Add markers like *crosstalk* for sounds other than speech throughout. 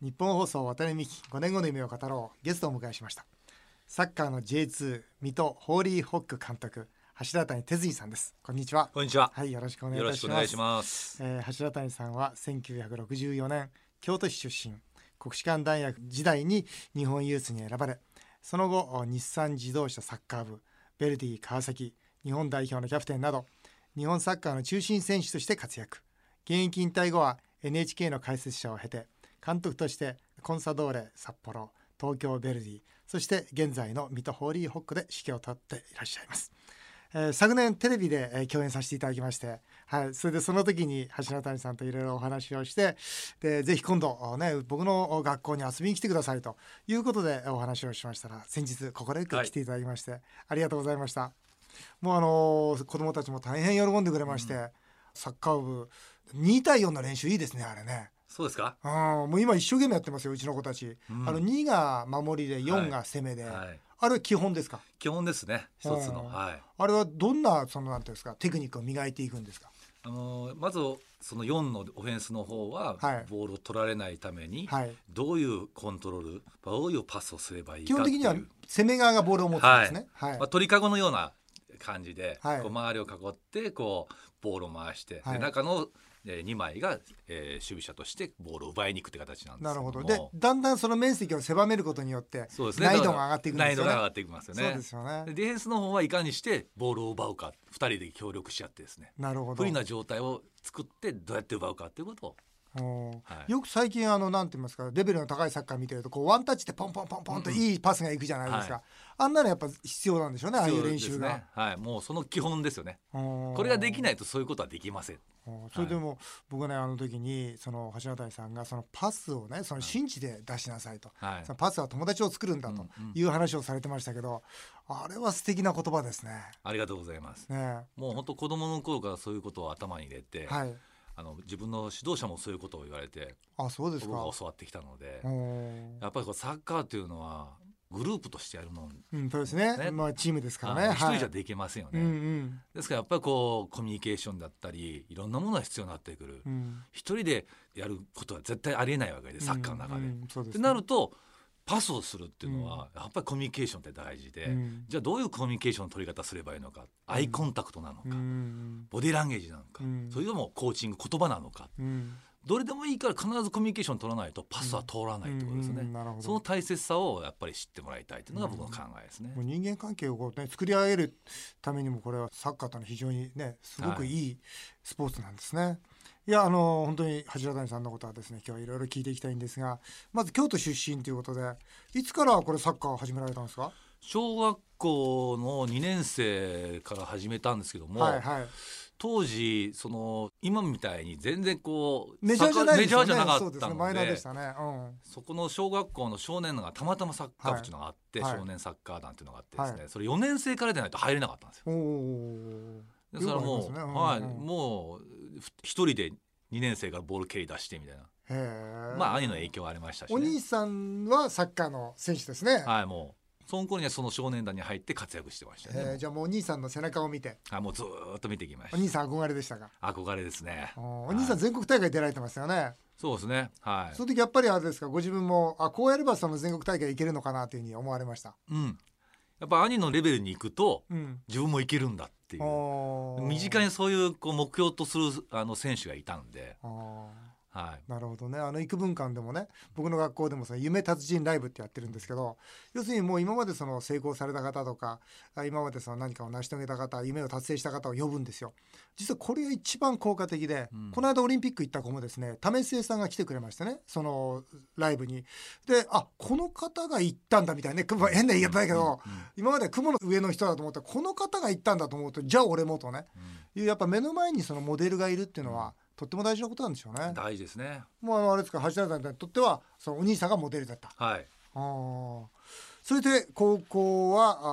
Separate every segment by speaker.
Speaker 1: 日本放送渡辺美希5年後の夢を語ろうゲストをお迎えしましたサッカーの J2 水戸ホーリーホック監督橋田谷哲二さんですこんにちは
Speaker 2: こんにちは。
Speaker 1: はいよろしくお願い
Speaker 2: よ
Speaker 1: い
Speaker 2: ろ
Speaker 1: た
Speaker 2: しく
Speaker 1: し
Speaker 2: お願
Speaker 1: ま
Speaker 2: いし
Speaker 1: す
Speaker 2: ます。
Speaker 1: えー橋田谷さんは1964年京都市出身国士舘大学時代に日本ユースに選ばれその後日産自動車サッカー部ベルディ川崎日本代表のキャプテンなど日本サッカーの中心選手として活躍現役引退後は NHK の解説者を経て監督としてコンサドーレ札幌東京ベルディそして現在の水戸ホーリーホックで指揮を執っていらっしゃいます、えー昨年テレビで、えー共演させていただきまして、はい、それでその時に橋田谷さんといろいろお話をしてでぜひ今度おね僕の学校に遊びに来てくださいということでお話をしましたら先日快く来ていただきまして、ありがとうございましたもうあのー子供たちも大変喜んでくれまして、サッカー部2対4の練習いいですねあれね
Speaker 2: そうですか。
Speaker 1: あもう今一生懸命やってますようちの子たち、
Speaker 2: うん
Speaker 1: あの2が守りで4が攻めで、
Speaker 2: はい。
Speaker 1: あれは基本ですか
Speaker 2: 基本ですね。一つの、
Speaker 1: うん
Speaker 2: はい。
Speaker 1: あれはどんなそのなんていうんですかテクニックを磨いていくんですか
Speaker 2: あのーまずその4のオフェンスの方は、
Speaker 1: はい
Speaker 2: ボールを取られないために、
Speaker 1: はい
Speaker 2: どういうコントロール、どういうパスをすればいい
Speaker 1: 基
Speaker 2: かっ
Speaker 1: 本
Speaker 2: てい
Speaker 1: 的
Speaker 2: う。
Speaker 1: には攻め側がボールを持つんですねはい、
Speaker 2: まあ、鳥かごのような感じで、
Speaker 1: はい
Speaker 2: こう周りを囲ってこうボールを回して、
Speaker 1: はい
Speaker 2: で中の、え2枚が、えー守備者としてボールを奪いに行くって形なんですけ
Speaker 1: なる
Speaker 2: も
Speaker 1: ほどでだんだんその面積を狭めることによって
Speaker 2: そうですね
Speaker 1: 難易度が上がっていくん
Speaker 2: 難
Speaker 1: で
Speaker 2: 易
Speaker 1: すよ
Speaker 2: 度が
Speaker 1: ね
Speaker 2: 上がっていきますよね
Speaker 1: そうですよね
Speaker 2: でディフェンスの方はいかにしてボールを奪うか2人で協力し合ってですね
Speaker 1: なるほど
Speaker 2: 不利な状態を作ってどうやって奪うかっていうことを
Speaker 1: おー
Speaker 2: はい
Speaker 1: よく最近あのなんて言いますかレベルの高いサッカー見てるとこうワンタッチでポンポンポンポンと
Speaker 2: うん
Speaker 1: いいパスがいくじゃないですか、
Speaker 2: は
Speaker 1: あんなのやっぱ必要なんでしょうねああいう練
Speaker 2: 必
Speaker 1: 習
Speaker 2: 要です
Speaker 1: が
Speaker 2: ね、はい、もうその基本ですよね
Speaker 1: こ
Speaker 2: これができないいとそういうことはできません
Speaker 1: それでも僕ねあの時にその橋渡さんがそのパスをねその真地で出しなさいと、
Speaker 2: はい
Speaker 1: そのパスは友達を作るんだという話をされてましたけど、あれは素敵な言葉ですね。
Speaker 2: ありがとうございます
Speaker 1: ね
Speaker 2: もう本当子供の頃からそういうことを頭に入れて、
Speaker 1: はい
Speaker 2: あの自分の指導者もそういうことを言われて
Speaker 1: あそうです
Speaker 2: 僕
Speaker 1: か。
Speaker 2: が
Speaker 1: お
Speaker 2: 教わってきたので
Speaker 1: ー
Speaker 2: やっぱりこうサッカーというのはグループとしてやるもん、
Speaker 1: うんそうですね。
Speaker 2: ね
Speaker 1: まあチームですから
Speaker 2: あ
Speaker 1: ね。
Speaker 2: の一
Speaker 1: は
Speaker 2: 人
Speaker 1: い
Speaker 2: じゃできませんよ
Speaker 1: う
Speaker 2: ね、
Speaker 1: んうん
Speaker 2: ですからやっぱりこうコミュニケーションだったりいろんなものが必要になってくる、
Speaker 1: うん。
Speaker 2: 一人でやることは絶対ありえないわけでサッカーの中で。
Speaker 1: う
Speaker 2: っ
Speaker 1: んうんそうです
Speaker 2: て
Speaker 1: ね
Speaker 2: なるとパスをするっていうのはやっぱりコミュニケーションって大事で、
Speaker 1: うん
Speaker 2: じゃあどういうコミュニケーションの取り方すればいいのか、アイコンタクトなのか、
Speaker 1: うん
Speaker 2: ボディーランゲージなのか、
Speaker 1: うん
Speaker 2: それともコーチング言葉なのか
Speaker 1: うんうん
Speaker 2: どれでもいいから必ずコミュニケーション取らないとパスは通らないってことですね、
Speaker 1: うんうんなるほど
Speaker 2: その大切さをやっぱり知ってもらいたいっていうのが僕の考えですね、
Speaker 1: もう人間関係をこう、ね、作り上げるためにもこれはサッカーというのは非常にねすごくいいスポーツなんですね。い、やあの本当に橋谷さんのことはですね今日はいろいろ聞いていきたいんですがまず京都出身ということでいつからこれサッカーを始められたんですか
Speaker 2: 小学校の2年生から始めたんですけども、
Speaker 1: はいはい
Speaker 2: 当時その今みたいに全然こう
Speaker 1: メジャーじゃないですよね
Speaker 2: サッカーメジャーじゃなか
Speaker 1: そう
Speaker 2: っ
Speaker 1: で
Speaker 2: た
Speaker 1: すね
Speaker 2: の
Speaker 1: マイ
Speaker 2: で
Speaker 1: ナーでしたね、
Speaker 2: そこの小学校の少年団がたまたまサッカー部っていうのがあって、
Speaker 1: はい
Speaker 2: 少年サッカー団っていうのがあってですね、
Speaker 1: は
Speaker 2: それ4年生からでないと入れなかったんですよ。
Speaker 1: うん、おー
Speaker 2: ですからも
Speaker 1: よ
Speaker 2: う、
Speaker 1: くありますねうん
Speaker 2: はい、
Speaker 1: うん
Speaker 2: もうふ一人で2年生からボール蹴り出してみたいな、
Speaker 1: へー
Speaker 2: まあ兄の影響はありましたし、
Speaker 1: お兄
Speaker 2: ね、
Speaker 1: さんはサッカーの選手ですね、
Speaker 2: はいもうその頃にはその少年団に入って活躍してました
Speaker 1: えー
Speaker 2: ね。
Speaker 1: じゃあもうお兄さんの背中を見て
Speaker 2: はいもうずーっと見てきまし
Speaker 1: お
Speaker 2: た
Speaker 1: 兄。さん憧れでしたか
Speaker 2: 憧れですね。
Speaker 1: おお兄さん
Speaker 2: はい
Speaker 1: 全国大会出られてますよね、
Speaker 2: そうですね。はい。
Speaker 1: その時やっぱりあれですかご自分もあこうやればその全国大会いけるのかなというふうに思われました。
Speaker 2: うん、やっぱ兄のレベルに行くと
Speaker 1: うん、
Speaker 2: 自分もいけるんだっていう身近
Speaker 1: に
Speaker 2: にそういうこう目標とするあの選手がいたんで、はい、
Speaker 1: なるほどねあの幾分間でもね僕の学校でもその夢達人ライブってやってるんですけど要するにもう今までその成功された方とかあ今までその何かを成し遂げた方夢を達成した方を呼ぶんですよ実はこれが一番効果的で、
Speaker 2: うん
Speaker 1: この間オリンピック行った子もですね為末さんが来てくれましたねそのライブにであこの方が行ったんだみたいなねく変な言い方だけど、
Speaker 2: うんうん
Speaker 1: 今まで雲の上の人だと思ったらこの方が行ったんだと思うとじゃあ俺もとねいうやっぱ目の前にそのモデルがいるっていうのはとっても大事なことなんでしょう
Speaker 2: うん
Speaker 1: ね。
Speaker 2: 大事ですね。
Speaker 1: もうあのあれですか橋田さんにとってはそのお兄さんがモデルだった。
Speaker 2: はい、
Speaker 1: あーそれで高校はあ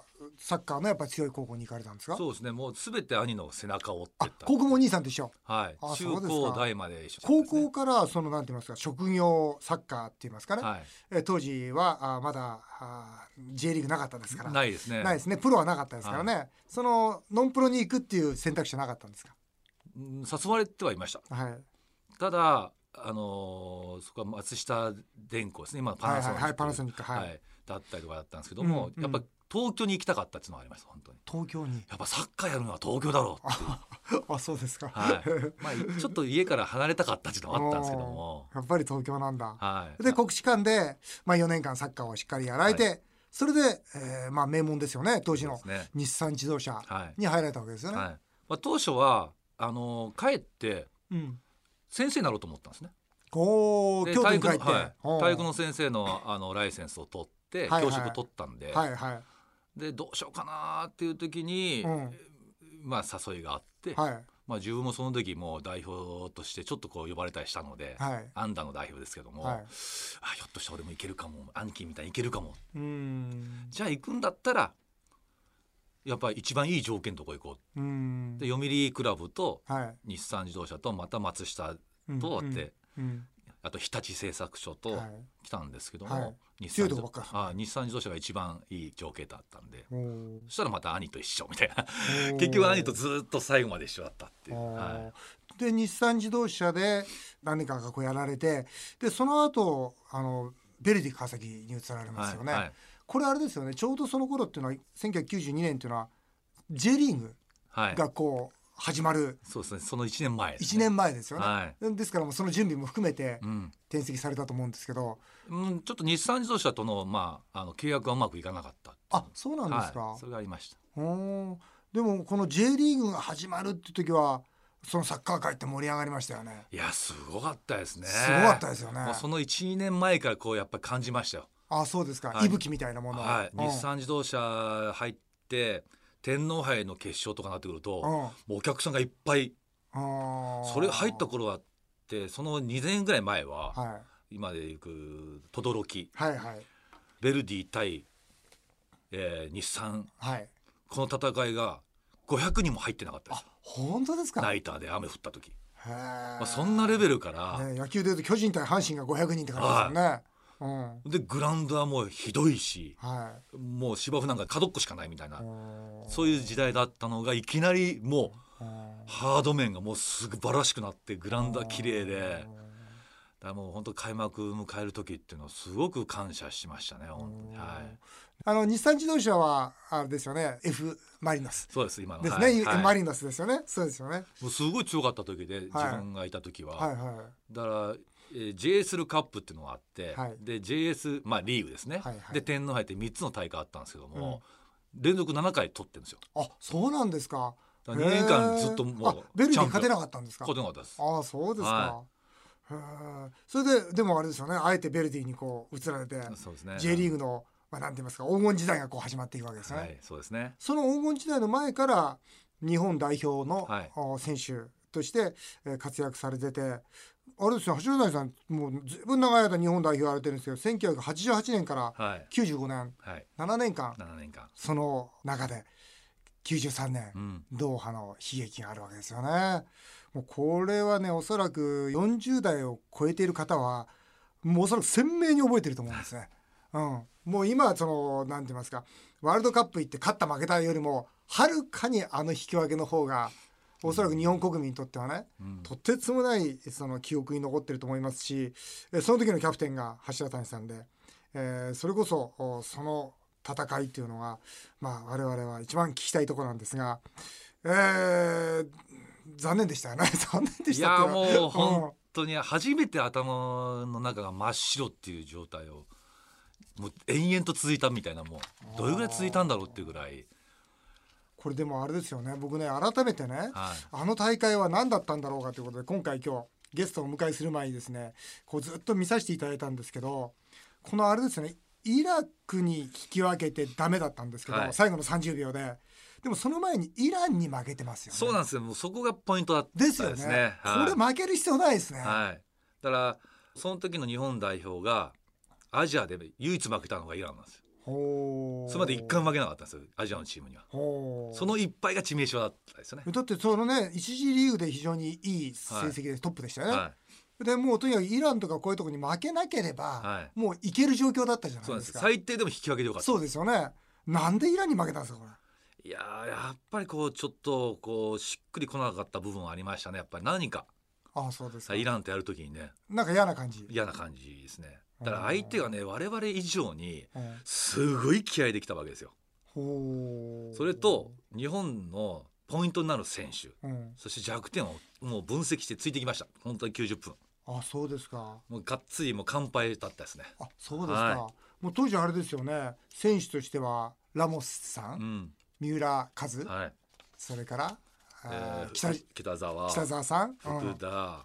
Speaker 1: ーサッカーのやっぱり強い高校に行かれたんですか
Speaker 2: そうですね。もうすべて兄の背中を追って
Speaker 1: あ
Speaker 2: った。
Speaker 1: 高校もお兄さんと一緒
Speaker 2: はい
Speaker 1: あ、
Speaker 2: 中
Speaker 1: そうですか
Speaker 2: 高大まで一緒だった
Speaker 1: 高
Speaker 2: んですね、
Speaker 1: 校からそのなんて言いますか職業サッカーって言いますかね、
Speaker 2: はい、
Speaker 1: えー当時はあーまだあー J リーグなかったですから
Speaker 2: ないですね。
Speaker 1: ないですねプロはなかったですからね、そのノンプロに行くっていう選択肢はなかったんですか
Speaker 2: うん誘われてはいました。
Speaker 1: はい
Speaker 2: ただあのーそこは松下電工ですね今パナソニッ
Speaker 1: はいはい
Speaker 2: ク、
Speaker 1: はいパナソニックはい
Speaker 2: だったりとかだったんですけども、
Speaker 1: うんうん
Speaker 2: やっぱ東京に行きたかったっていうのはあります本当に
Speaker 1: 東京に
Speaker 2: やっぱサッカーやるのは東京だろうっていう
Speaker 1: あそうですか、
Speaker 2: はいまあ、ちょっと家から離れたかったっていうのもあったんですけども
Speaker 1: *laughs* やっぱり東京なんだ
Speaker 2: はい
Speaker 1: で国士舘で、まあ、4年間サッカーをしっかりやられて、それで、えーまあ、名門ですよね当時の
Speaker 2: そうですね
Speaker 1: 日産自動車
Speaker 2: はい
Speaker 1: に入られたわけですよね。
Speaker 2: はいまあ、当初はあの帰って
Speaker 1: うん、
Speaker 2: 先生になろうと思ったんですね。
Speaker 1: おー
Speaker 2: で
Speaker 1: 京都
Speaker 2: 体
Speaker 1: に
Speaker 2: 育
Speaker 1: 帰
Speaker 2: の
Speaker 1: って、
Speaker 2: はい
Speaker 1: おー
Speaker 2: 体育の先生のあのライセンスを取って、
Speaker 1: はいはい
Speaker 2: 教職取ったんで,、
Speaker 1: はいはい
Speaker 2: でどうしようかなっていう時に、
Speaker 1: うん
Speaker 2: まあ、誘いがあって、
Speaker 1: はい
Speaker 2: まあ、自分もその時もう代表としてちょっとこう呼ばれたりしたので、
Speaker 1: はい
Speaker 2: アンダーの代表ですけども、
Speaker 1: はい
Speaker 2: あひょっとして俺もいけるかも兄貴みたいにいけるかも
Speaker 1: うーん
Speaker 2: じゃあ行くんだったらやっぱり一番いい条件のとこ行こ
Speaker 1: うー
Speaker 2: うんで読売クラブと
Speaker 1: はい
Speaker 2: 日産自動車とまた松下
Speaker 1: うん
Speaker 2: とあって、
Speaker 1: うん
Speaker 2: あと日立製作所と
Speaker 1: はい
Speaker 2: 来たんですけども、
Speaker 1: はい
Speaker 2: 日
Speaker 1: 強
Speaker 2: 産
Speaker 1: いとこば
Speaker 2: 自動
Speaker 1: っか
Speaker 2: あ日産自動車が一番いい条件だったんで
Speaker 1: おー
Speaker 2: そしたらまた兄と一緒みたいな
Speaker 1: *laughs* おー
Speaker 2: *laughs* 結局兄とずっと最後まで一緒だったっていう、
Speaker 1: おー
Speaker 2: は
Speaker 1: で日産自動車で何年かがこうやられてでその後あのベルディ川崎に移られ
Speaker 2: い
Speaker 1: ますよね、
Speaker 2: はいはい
Speaker 1: これあれですよねちょうどその頃っていうのは1992年っていうのは J リーグ
Speaker 2: はい
Speaker 1: がこう始まる
Speaker 2: そうですねその1年前です
Speaker 1: 1
Speaker 2: ね、
Speaker 1: 年前ですよね、
Speaker 2: はい
Speaker 1: ですからもうその準備も含めて
Speaker 2: うん
Speaker 1: 転籍されたと思うんですけど
Speaker 2: うん、ちょっと日産自動車との,、まあ、あの契約がうまくいかなかった
Speaker 1: あそうなんですか、
Speaker 2: はい、それがありました
Speaker 1: おーでもこの J リーグが始まるって時はそのサッカー界って盛り上がりましたよね
Speaker 2: いやすごかったですね
Speaker 1: すごかったですよね
Speaker 2: もうその12年前からこうやっぱり感じましたよ
Speaker 1: あそうですか、
Speaker 2: はい
Speaker 1: い、ぶきみたいなもの
Speaker 2: はい、
Speaker 1: うん
Speaker 2: 日産自動車入って天皇杯の決勝とかなってくると、もうお客さんがいっぱい
Speaker 1: うんうん
Speaker 2: それ入った頃はってその2年ぐらい前は、
Speaker 1: は
Speaker 2: 今でいく轟
Speaker 1: いはいはい
Speaker 2: ベルディ対、えー日産
Speaker 1: はい
Speaker 2: この戦いが500人も入ってなかったです
Speaker 1: 本当ですか
Speaker 2: ナ
Speaker 1: い、
Speaker 2: イターで雨降った時、
Speaker 1: へー
Speaker 2: まあ、そんなレベルから、
Speaker 1: ね、野球でいうと巨人対阪神が500人って感じですよね。
Speaker 2: でグラウンドはもうひどいし
Speaker 1: うん、は
Speaker 2: もう芝生なんか角っこしかないみたいな、
Speaker 1: い。
Speaker 2: そういう時代だったのがいきなりもう。
Speaker 1: うん
Speaker 2: ハード面がもうすばらしくなってグラウンドは綺麗でだからもう本当開幕迎える時っていうのはすごく感謝しましたね本当にはい
Speaker 1: あの日産自動車はあれですよね。F マリノス
Speaker 2: そうです今の
Speaker 1: です
Speaker 2: は
Speaker 1: ね。
Speaker 2: いはい
Speaker 1: マリノスですよね。そうですよね。
Speaker 2: もうすごい強かった時で自分がいた時は、
Speaker 1: はいは
Speaker 2: だから、えー JS ルカップっていうのがあって、
Speaker 1: はい
Speaker 2: で JS まあリーグですね、
Speaker 1: はいはい
Speaker 2: で天皇杯って3つの大会あったんですけども、連続7回取ってるんですよ
Speaker 1: い。あ、そうなんですか。
Speaker 2: だから2年間ずっと
Speaker 1: へーあ
Speaker 2: もう
Speaker 1: ベルディ勝て
Speaker 2: 勝
Speaker 1: なかったんですか
Speaker 2: て。なかったです
Speaker 1: ああ、そうですか
Speaker 2: は。
Speaker 1: へーそれででもあれですよね。あえてベルディにこう移られて、
Speaker 2: そうですね
Speaker 1: J リーグのまあなんて言いますか、黄金時代がこう始まっていくわけですね。
Speaker 2: はいそうですね
Speaker 1: その黄金時代の前から日本代表の
Speaker 2: はい
Speaker 1: あ選手としてえー活躍されてて、あれですね、橋谷さん、もうずいぶん長い間日本代表やられてるんですけど、1988年から
Speaker 2: はい
Speaker 1: 95年、
Speaker 2: はい
Speaker 1: 7年間、
Speaker 2: 7年間
Speaker 1: その中で、93年
Speaker 2: う、ん
Speaker 1: ドーハの悲劇があるわけですよね。もうこれはね、おそらく40代を超えている方は、もうおそらく鮮明に覚えてると思うんですね。うん、もう今はその、なんて言いますか、ワールドカップ行って勝った負けたよりも、はるかにあの引き分けの方が、おそらく日本国民にとってはね、
Speaker 2: うん
Speaker 1: とてつもないその記憶に残ってると思いますし、えその時のキャプテンが橋田谷さんで、えーそれこそおその戦いというのが、まあ、我々は一番聞きたいところなんですが、えー残念でしたよね *laughs* 残念で
Speaker 2: い
Speaker 1: した
Speaker 2: や
Speaker 1: っていうのは
Speaker 2: もう本当に初めて頭の中が真っ白っていう状態をもう延々と続いたみたいなもうどれぐらい続いたんだろうっていうぐらい、
Speaker 1: これでもあれですよね僕ね改めてね
Speaker 2: はい、
Speaker 1: あの大会は何だったんだろうかということで今回今日ゲストをお迎えする前にですねこうずっと見させていただいたんですけどこのあれですねイラクに引き分けてダメだったんですけど、
Speaker 2: はい
Speaker 1: 最後の30秒ででもその前にイランに負けてますよね。
Speaker 2: そうなんですよもうそこがポイントだった
Speaker 1: ですよね
Speaker 2: ですねはい
Speaker 1: これ負ける必要ないですね。
Speaker 2: はい、だからその時の日本代表がアジアで唯一負けたのがイランなんですよ
Speaker 1: ほ
Speaker 2: それまで一回も負けなかったんですよアジアのチームには
Speaker 1: ほう
Speaker 2: その一敗が致命傷だったですよね、
Speaker 1: だってそのね一次リーグで非常にいい成績で、トップでしたよね、
Speaker 2: はい、
Speaker 1: でもうとにかくイランとかこういうところに負けなければ、
Speaker 2: は
Speaker 1: もういける状況だったじゃな
Speaker 2: そう
Speaker 1: いで
Speaker 2: なんですす
Speaker 1: か
Speaker 2: よ最低でも引き分けでよかった
Speaker 1: そうですよねなんでイランに負けたんですかこれ
Speaker 2: いやーやっぱりこうちょっとこうしっくりこなかった部分はありましたねやっぱり何か
Speaker 1: ああそうです
Speaker 2: さ
Speaker 1: か
Speaker 2: イランとやるときにね
Speaker 1: なんか嫌な感じ、
Speaker 2: 嫌な感じですねだから相手がね我々以上に
Speaker 1: うん
Speaker 2: すごい気合いできたわけですよ
Speaker 1: ほう
Speaker 2: それと、日本のポイントになる選手
Speaker 1: うん、
Speaker 2: そして弱点をもう分析してついてきました本当に90分
Speaker 1: あそうですか
Speaker 2: もうがっつりもう乾杯だったですね
Speaker 1: あそうですか、
Speaker 2: は
Speaker 1: もう当時はあれですよね選手としてはラモスさん、
Speaker 2: うん
Speaker 1: 三浦和、
Speaker 2: はい
Speaker 1: それから、
Speaker 2: え
Speaker 1: あー
Speaker 2: ー
Speaker 1: 北
Speaker 2: 北沢
Speaker 1: 北沢さん、うん
Speaker 2: 福田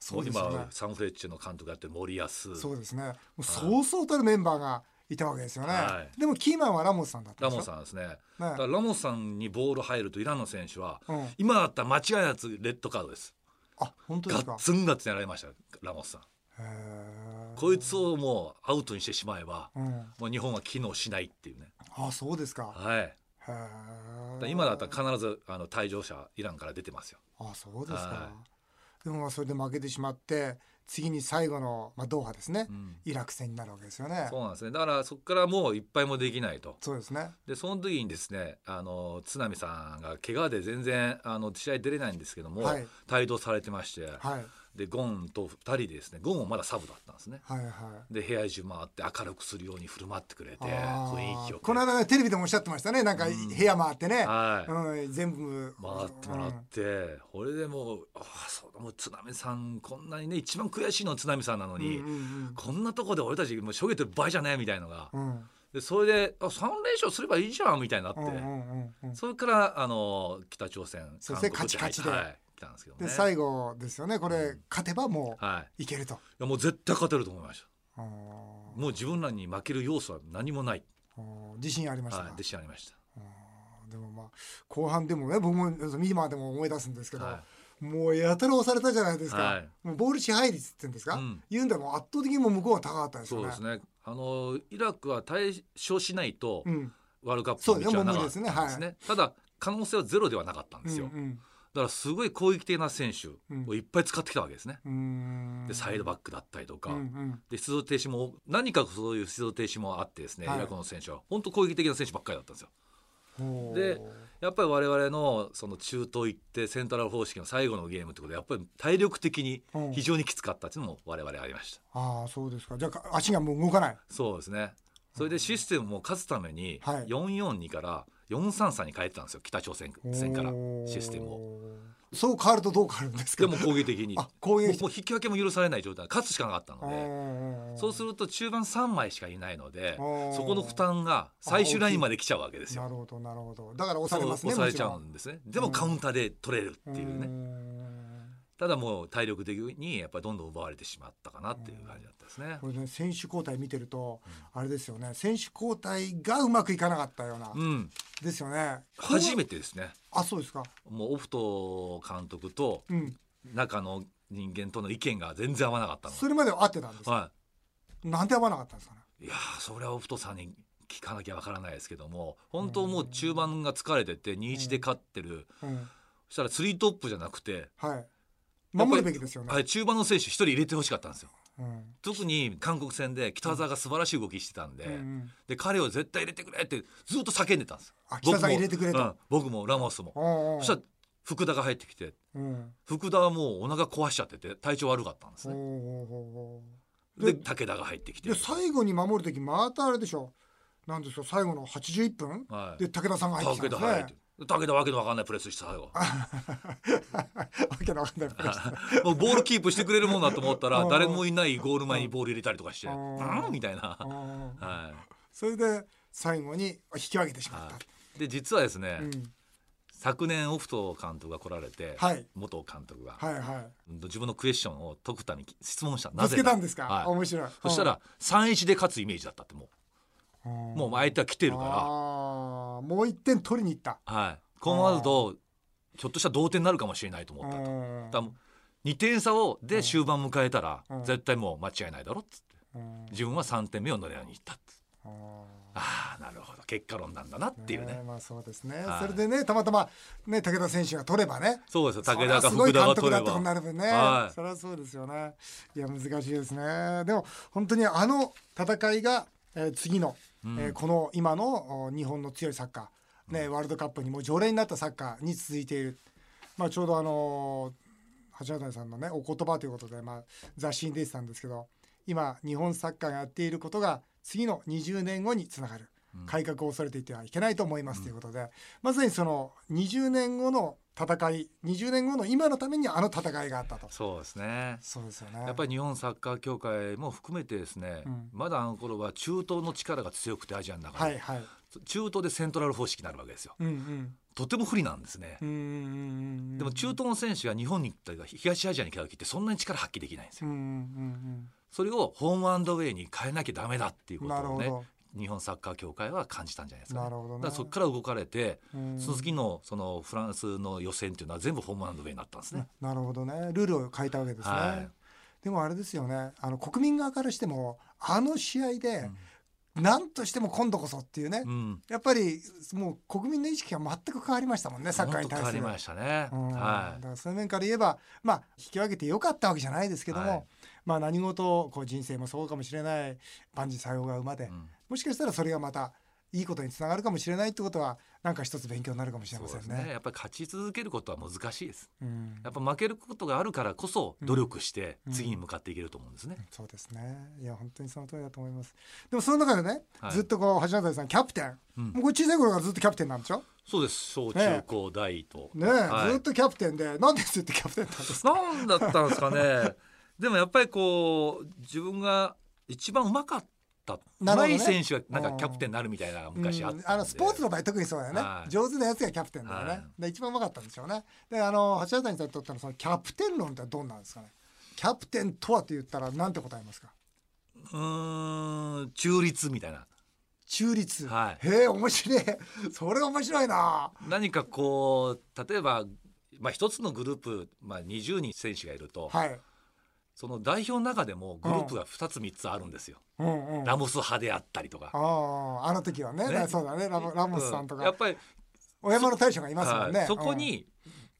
Speaker 1: そ
Speaker 2: も
Speaker 1: う
Speaker 2: う
Speaker 1: ですよね
Speaker 2: 今サンフレッチェの監督やってる森保
Speaker 1: そうですねもうそうそうたるメンバーがいたわけですよね、
Speaker 2: は
Speaker 1: でもキーマンはラモスさんだった
Speaker 2: ラ
Speaker 1: んで
Speaker 2: モ
Speaker 1: す
Speaker 2: さ
Speaker 1: よ
Speaker 2: んですね
Speaker 1: ラ
Speaker 2: だからラモさんにボール入るとイランの選手は
Speaker 1: うん、
Speaker 2: 今だったら間違いなくレッドカードです
Speaker 1: あ本当で
Speaker 2: ガ
Speaker 1: す
Speaker 2: ッ
Speaker 1: か
Speaker 2: ツンガッツンやられましたラモスさん
Speaker 1: へー
Speaker 2: こいつをもうアウトにしてしまえば
Speaker 1: うん、
Speaker 2: もう日本は機能しないっていうね
Speaker 1: あそうですか
Speaker 2: はい
Speaker 1: へ
Speaker 2: だか
Speaker 1: ー
Speaker 2: ら今だったら必ずあの退場者イランから出てますよ
Speaker 1: あそうですか
Speaker 2: は
Speaker 1: でもまあそれで負けてしまって次に最後の、まあ、ドーハですね、
Speaker 2: うん
Speaker 1: イラク戦になるわけですよね
Speaker 2: そうなんですねだからそこからもういっぱいもできないと
Speaker 1: そうですね
Speaker 2: でその時にですねあの津波さんが怪我で全然あの試合出れないんですけども、
Speaker 1: はい
Speaker 2: 帯同されてまして、
Speaker 1: はい
Speaker 2: でゴンと2人でですねゴンもまだサブだったんですね
Speaker 1: はいはい
Speaker 2: で部屋中回って明るくするように振る舞ってくれて
Speaker 1: あー
Speaker 2: 雰囲気を
Speaker 1: この間ねテレビでもおっしゃってましたねなんか
Speaker 2: うん
Speaker 1: 部屋回ってね、
Speaker 2: はい、
Speaker 1: うん、全部
Speaker 2: 回ってもらって、これでもうああそうもう津波さんこんなにね一番悔しいのは津波さんなの
Speaker 1: うん
Speaker 2: に、
Speaker 1: うんうん
Speaker 2: こんなとこで俺たちもうしょげてる場合じゃねえみたいのが、
Speaker 1: うんうん
Speaker 2: でそれであ3連勝すればいいじゃんみたいになって、
Speaker 1: うんうんうん
Speaker 2: それからあの北朝鮮
Speaker 1: そうですね
Speaker 2: 韓国
Speaker 1: カチカチで
Speaker 2: はい、来たんですけどね
Speaker 1: で最後ですよねこれ、勝てばも
Speaker 2: はい、いう
Speaker 1: いけると、
Speaker 2: やもう絶対勝てると思いました
Speaker 1: うん
Speaker 2: もう自分らに負ける要素は何もない、
Speaker 1: うん自信ありましたか、
Speaker 2: はい、弟子ありまし
Speaker 1: うんでもまあ後半でもね僕も今でも思い出すんですけ
Speaker 2: た、
Speaker 1: ど、
Speaker 2: は
Speaker 1: もうやたら押されたじゃないですか、
Speaker 2: はい
Speaker 1: もうボール支配率っていうんですか、
Speaker 2: うん
Speaker 1: 言うんだらもう圧倒的にもう向こうは高かった
Speaker 2: い、
Speaker 1: です
Speaker 2: そ
Speaker 1: よ
Speaker 2: う
Speaker 1: ね。
Speaker 2: ですねあのイラクは対処しないと
Speaker 1: うん
Speaker 2: ワールドカップの道はなかったんですね,、
Speaker 1: そうですねもう無理
Speaker 2: ただ可能性はゼロではなかったんですよ、
Speaker 1: う
Speaker 2: だ
Speaker 1: ん
Speaker 2: からすごい攻撃的な選手をいっぱい使ってきたわけですね、
Speaker 1: うんうん
Speaker 2: でサイドバ
Speaker 1: ッ
Speaker 2: ックだったりと
Speaker 1: ク
Speaker 2: か、
Speaker 1: うんうん
Speaker 2: で出場停止も何かそういう出場停止もあってですね、
Speaker 1: はい
Speaker 2: イラクの選手は本当攻撃的な選手ばっかりだったんですよ
Speaker 1: ほう
Speaker 2: でやっぱり我々のその中東行ってセントラル方式の最後のゲームってことでやっぱり体力的に
Speaker 1: うん
Speaker 2: 非常にきつかったっていうのも我々ありました、
Speaker 1: ああそうですかじゃあか足がもう動かない
Speaker 2: そうですねそれでシステムも勝つために
Speaker 1: はい
Speaker 2: 442から433に変えてたんですよ北朝鮮戦からシステムを
Speaker 1: をそう変わるとどう変わるんです
Speaker 2: で
Speaker 1: か
Speaker 2: も攻撃的に
Speaker 1: *laughs*
Speaker 2: も
Speaker 1: あ攻
Speaker 2: う
Speaker 1: 撃
Speaker 2: もう引き分けも許されない状態勝つしかなかった
Speaker 1: う
Speaker 2: ので
Speaker 1: んん
Speaker 2: そうすると中盤3枚しかいないので
Speaker 1: うん
Speaker 2: そこの負担が最終ラインまで来ちゃうわけですよ
Speaker 1: なるほどなるほどだから押されますね
Speaker 2: 押され
Speaker 1: も
Speaker 2: ちゃう
Speaker 1: ろ
Speaker 2: んですねでもカウンターで取れるっていうね
Speaker 1: ん
Speaker 2: ただもう体力的にやっぱりどんどん奪われてしまったかなっていう感じだったですね
Speaker 1: これね選手交代見てると、あれですよね選手交代がうまくいかなかったような、
Speaker 2: うん
Speaker 1: ですよね
Speaker 2: 初
Speaker 1: て
Speaker 2: めてですね
Speaker 1: あそうですか
Speaker 2: もうオフト監督と
Speaker 1: うん
Speaker 2: 中の人間との意見が全然合わなかったの
Speaker 1: それまでは合ってたんです
Speaker 2: は
Speaker 1: なんで合わなかったんですかね
Speaker 2: いいやーそれはオフトさんに聞かなきゃわからないですけども本当もう中盤が疲れてて2-1で勝ってる
Speaker 1: うん
Speaker 2: そしたら3トップじゃなくて
Speaker 1: はい
Speaker 2: やっぱり
Speaker 1: 守るべきですよね、
Speaker 2: はい中盤の選手1人入れてほしかったんですよ
Speaker 1: うん
Speaker 2: 特に韓国戦で北澤が素晴らしい動きしてたんで、
Speaker 1: うんうん
Speaker 2: で彼を絶対入れてくれってずっと叫んでたんですよ
Speaker 1: あ北
Speaker 2: 僕も
Speaker 1: さん入れてくれと、
Speaker 2: うん僕もラモスも
Speaker 1: おうおう
Speaker 2: そしたら福田が入ってきて
Speaker 1: うん
Speaker 2: 福田はもうお腹壊しちゃってて体調悪かったんです
Speaker 1: おうお
Speaker 2: ね
Speaker 1: うおうおう
Speaker 2: で
Speaker 1: で
Speaker 2: 武田が入ってきて
Speaker 1: で最後に守る時またあれでしょなんですか最後の81分、
Speaker 2: はい
Speaker 1: で武田さんが入ってきたんで
Speaker 2: 武田
Speaker 1: すね
Speaker 2: 入って武田わけのわかんないプレスした最後
Speaker 1: わ *laughs* けのわかんないプ
Speaker 2: *laughs*
Speaker 1: レーした
Speaker 2: もうボールキープしてくれるもんだと思ったら
Speaker 1: うん
Speaker 2: 誰もいないゴール前にボール入れたりとかして「う
Speaker 1: うん
Speaker 2: ん?」みたいな
Speaker 1: おうおう
Speaker 2: は
Speaker 1: それで最後に引き分けてしまっ
Speaker 2: は
Speaker 1: た。
Speaker 2: いで実はですね、
Speaker 1: うん
Speaker 2: 昨年オフト監督が来られて、
Speaker 1: はい
Speaker 2: 元監督が、
Speaker 1: はいはい。
Speaker 2: 自分のクエスチョンを徳田に質問した
Speaker 1: ぶ
Speaker 2: な
Speaker 1: つ
Speaker 2: ぜ
Speaker 1: け
Speaker 2: だ
Speaker 1: たんですか。
Speaker 2: はい
Speaker 1: 面白い。
Speaker 2: そしたら3-1で勝つイメージだったっても
Speaker 1: うん、
Speaker 2: う
Speaker 1: も
Speaker 2: もう相手は来
Speaker 1: て
Speaker 2: てるか
Speaker 1: もう一点取りに行った。
Speaker 2: ら、はい、このままだとひょっとしたら同点になるかもしれないと思ったと
Speaker 1: うん
Speaker 2: 多分2点差をで終盤迎えたら
Speaker 1: うん
Speaker 2: 絶対もう間違いないだろっつって
Speaker 1: うん
Speaker 2: 自分は3点目を狙いに行ったっつって
Speaker 1: あ
Speaker 2: ああなるほど結果論なんだなっ
Speaker 1: ー
Speaker 2: ていうね
Speaker 1: まあそうですね。
Speaker 2: はい
Speaker 1: それでねたまたまね武田選手が取ればね。
Speaker 2: そうですよ
Speaker 1: そ
Speaker 2: 武
Speaker 1: れは
Speaker 2: 田か
Speaker 1: すご
Speaker 2: 福
Speaker 1: い
Speaker 2: 田
Speaker 1: 監
Speaker 2: が
Speaker 1: 督
Speaker 2: 取
Speaker 1: だ
Speaker 2: れ
Speaker 1: となる
Speaker 2: ば
Speaker 1: 分ね、
Speaker 2: はい
Speaker 1: それはそうですよねいや難しいですねでも本当にあの戦いが、えー次の、
Speaker 2: うん
Speaker 1: えーこの今のお日本の強いサッカー、ねワールドカップにも常連になったサッカーに続いている、まあ、ちょうどあのー橋渡さんのねお言葉ということで、まあ、雑誌に出てたんですけど今日本サッカーがやっていることが次の20年後につながる
Speaker 2: うん
Speaker 1: 改革を恐れていてはいけないと思います
Speaker 2: うん
Speaker 1: ということで、まさにその20年後の戦い20年後の今のためにあの戦いがあったと
Speaker 2: そうですね
Speaker 1: そうですよね
Speaker 2: やっぱり日本サッカー協会も含めてですね、
Speaker 1: うん
Speaker 2: まだあの頃は中東の力が強くてアジアの中で、
Speaker 1: はいはい
Speaker 2: 中東でセントラル方式になるわけですよ
Speaker 1: うんうん
Speaker 2: とても不利なんですね
Speaker 1: う、んうんうん
Speaker 2: でも中東の選手が日本に行ったり東アジアに来た時ってそんなに力発揮できないんですよ、
Speaker 1: うんうん
Speaker 2: それをホームアンドウェイに変えなきゃダメだっていう
Speaker 1: うん
Speaker 2: こと
Speaker 1: なる
Speaker 2: を
Speaker 1: ほ
Speaker 2: ね
Speaker 1: ど
Speaker 2: 日本サッカー協会は感じたんじゃないですか、
Speaker 1: なるほどね
Speaker 2: だからそこから動かれて、
Speaker 1: うん
Speaker 2: その次のそのフランスの予選っていうのは全部ホームアンドウェイになったんですね。
Speaker 1: ななるほどねルールを変えたわけですね、
Speaker 2: はい
Speaker 1: でもあれですよねあの国民側からしてもあの試合で何としても今度こそっていうね、
Speaker 2: うん、
Speaker 1: やっぱりもう国民の意識が全く変わりましたもんねサッカーに対
Speaker 2: 本
Speaker 1: す
Speaker 2: 当変
Speaker 1: る
Speaker 2: わり。ましたね。
Speaker 1: うん
Speaker 2: は
Speaker 1: だからそういう面から言えば、まあ、引き分けてよかったわけじゃないですけども、
Speaker 2: はい
Speaker 1: まあ、何事こう人生もそうかもしれない万事作用が馬で、
Speaker 2: い。うん
Speaker 1: もしかしたらそれがまたいいことにつながるかもしれないってことはなんか一つ勉強になるかもしれ
Speaker 2: そう
Speaker 1: ませ
Speaker 2: です
Speaker 1: ん
Speaker 2: ね。
Speaker 1: ね。
Speaker 2: やっぱり勝ち続けることは難しいです。
Speaker 1: うん
Speaker 2: やっぱ負けることがあるからこそ努力して
Speaker 1: うん
Speaker 2: 次に向かっていけると思うんですね。
Speaker 1: そうですね。いや本当にその通りだと思います。でもその中でね、
Speaker 2: はい
Speaker 1: ずっとこう橋渡さんキャプテン、
Speaker 2: うん
Speaker 1: もうこれ小さい頃からずっとキャプテンなんでしょ。
Speaker 2: そうです。小
Speaker 1: ねえ
Speaker 2: 中高大と。
Speaker 1: ねえ、
Speaker 2: はい
Speaker 1: ずっとキャプテンで、なんでずっとキャプテンなんですか。
Speaker 2: なんだったんですかね。
Speaker 1: *laughs*
Speaker 2: でもやっぱりこう自分が一番うまかった
Speaker 1: なるほど
Speaker 2: 上
Speaker 1: ね
Speaker 2: 手い選手がなんかキャプテンになるみたいなのが昔あったん
Speaker 1: うん
Speaker 2: で、
Speaker 1: あのスポーツの場合特にそうだよね、
Speaker 2: はい
Speaker 1: 上手なやつがキャプテンだよね、
Speaker 2: はい
Speaker 1: で一番うまかったんでしょうねであの橋渡さんにとってのそのキャプテン論ってどんなんですかねキャプテンとはって言ったらなんて答えますか
Speaker 2: うーん中立みたいな
Speaker 1: 中立、
Speaker 2: は
Speaker 1: へえ面白い *laughs* それ面白いな
Speaker 2: 何かこう例えば、まあ、一つのグループ、まあ、20人選手がいると、
Speaker 1: はい
Speaker 2: その代表の中でもグループが2つ3つあるんですよ、
Speaker 1: うんうん
Speaker 2: ラモス派であったりとか。
Speaker 1: あああの時はね
Speaker 2: ね
Speaker 1: だそうだねラモラモスさんと
Speaker 2: うや
Speaker 1: か
Speaker 2: っぱり、
Speaker 1: 小山の大将がいますもんね、
Speaker 2: はいそこ
Speaker 1: うん
Speaker 2: に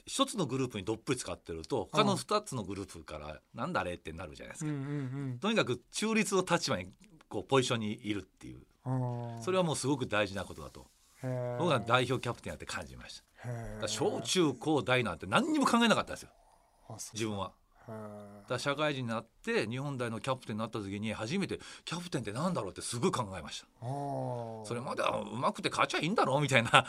Speaker 2: 一つのグループにどっぷり使ってると他の2つのグループから「なんだあれ?」ってなるじゃないです
Speaker 1: う
Speaker 2: か、
Speaker 1: んうん
Speaker 2: とにかく中立の立場にこうポジションにいるっていう
Speaker 1: うんうん
Speaker 2: それはもうすごく大事なことだと
Speaker 1: へ
Speaker 2: 僕は代表キャプテンやって感じましただから小
Speaker 1: 小
Speaker 2: 中高大なんて何にも考えなかったんですよ自分は。だから社会人になって日本代のキャプテンになった時に初めてキャプテンってなんだろうってすごい考えましたそれまではうまくて勝ちゃいいんだろうみたいな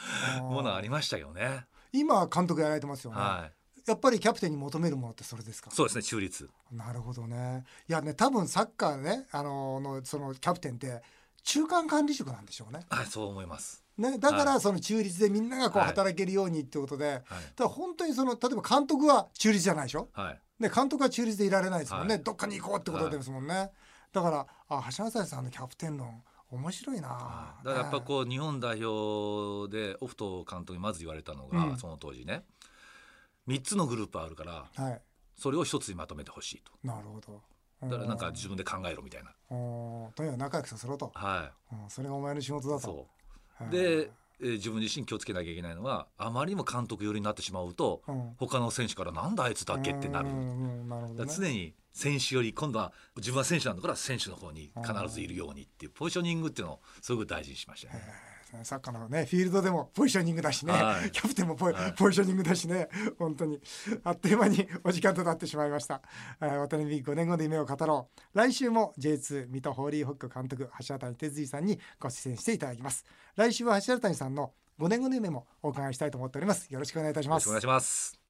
Speaker 2: ものはありましたよね
Speaker 1: 今は監督やられてますよね、
Speaker 2: はい
Speaker 1: やっぱりキャプテンに求めるものってそれですか
Speaker 2: そうですね中立
Speaker 1: なるほどねいやね多分サッカーねあののそのキャプテンって中間管理職なんでしょうね
Speaker 2: はいそう思います
Speaker 1: ねだか
Speaker 2: は
Speaker 1: らその中立でみんながこう
Speaker 2: はい
Speaker 1: 働けるようにってことで、
Speaker 2: はい
Speaker 1: ただ本当にその例えば監督は中立じゃないでしょ
Speaker 2: はい
Speaker 1: ね、監督は中立でいられないですもんね、
Speaker 2: はい
Speaker 1: どっかに行こうってことですもんね、だからあ橋渡さんのキャプテン論面白いな
Speaker 2: だからやっぱこう日本代表でオフト監督にまず言われたのが、
Speaker 1: うん
Speaker 2: その当時ね3つのグループあるから
Speaker 1: う、はい、
Speaker 2: それを1つにまとめてほしいと
Speaker 1: なるほど
Speaker 2: だからなんか自分で考えろみたいな
Speaker 1: うんうんとにかく仲良くさせろと、
Speaker 2: は
Speaker 1: うん、それがお前の仕事
Speaker 2: い
Speaker 1: だと
Speaker 2: そう
Speaker 1: うん
Speaker 2: で、えー自分自身気をつけなきゃいけないのはあまりにも監督寄りになってしまうと、
Speaker 1: うん
Speaker 2: 他の選手からなんだあいつだっけってなる、
Speaker 1: うんうんうんなるほど、ね
Speaker 2: だから、常に選手より今度は自分は選手なんだから選手の方に必ずいるようにっていうポジショニングっていうのをすごく大事にしましたね。
Speaker 1: えーサッカーのねフィールドでもポジショニングだしね、
Speaker 2: はい
Speaker 1: キャプテンもポ,、
Speaker 2: はい
Speaker 1: ポジショニングだしね本当にあっという間にお時間となってしまいました、えー、渡辺美5年後の夢を語ろう来週も J2 水戸ホーリーホック監督橋渡哲司さんにご出演していただきます来週は橋渡さんの5年後の夢もお伺いしたいと思っておりますよろしくお願いいたし
Speaker 2: よ
Speaker 1: ま
Speaker 2: ろしく
Speaker 1: す
Speaker 2: お願いします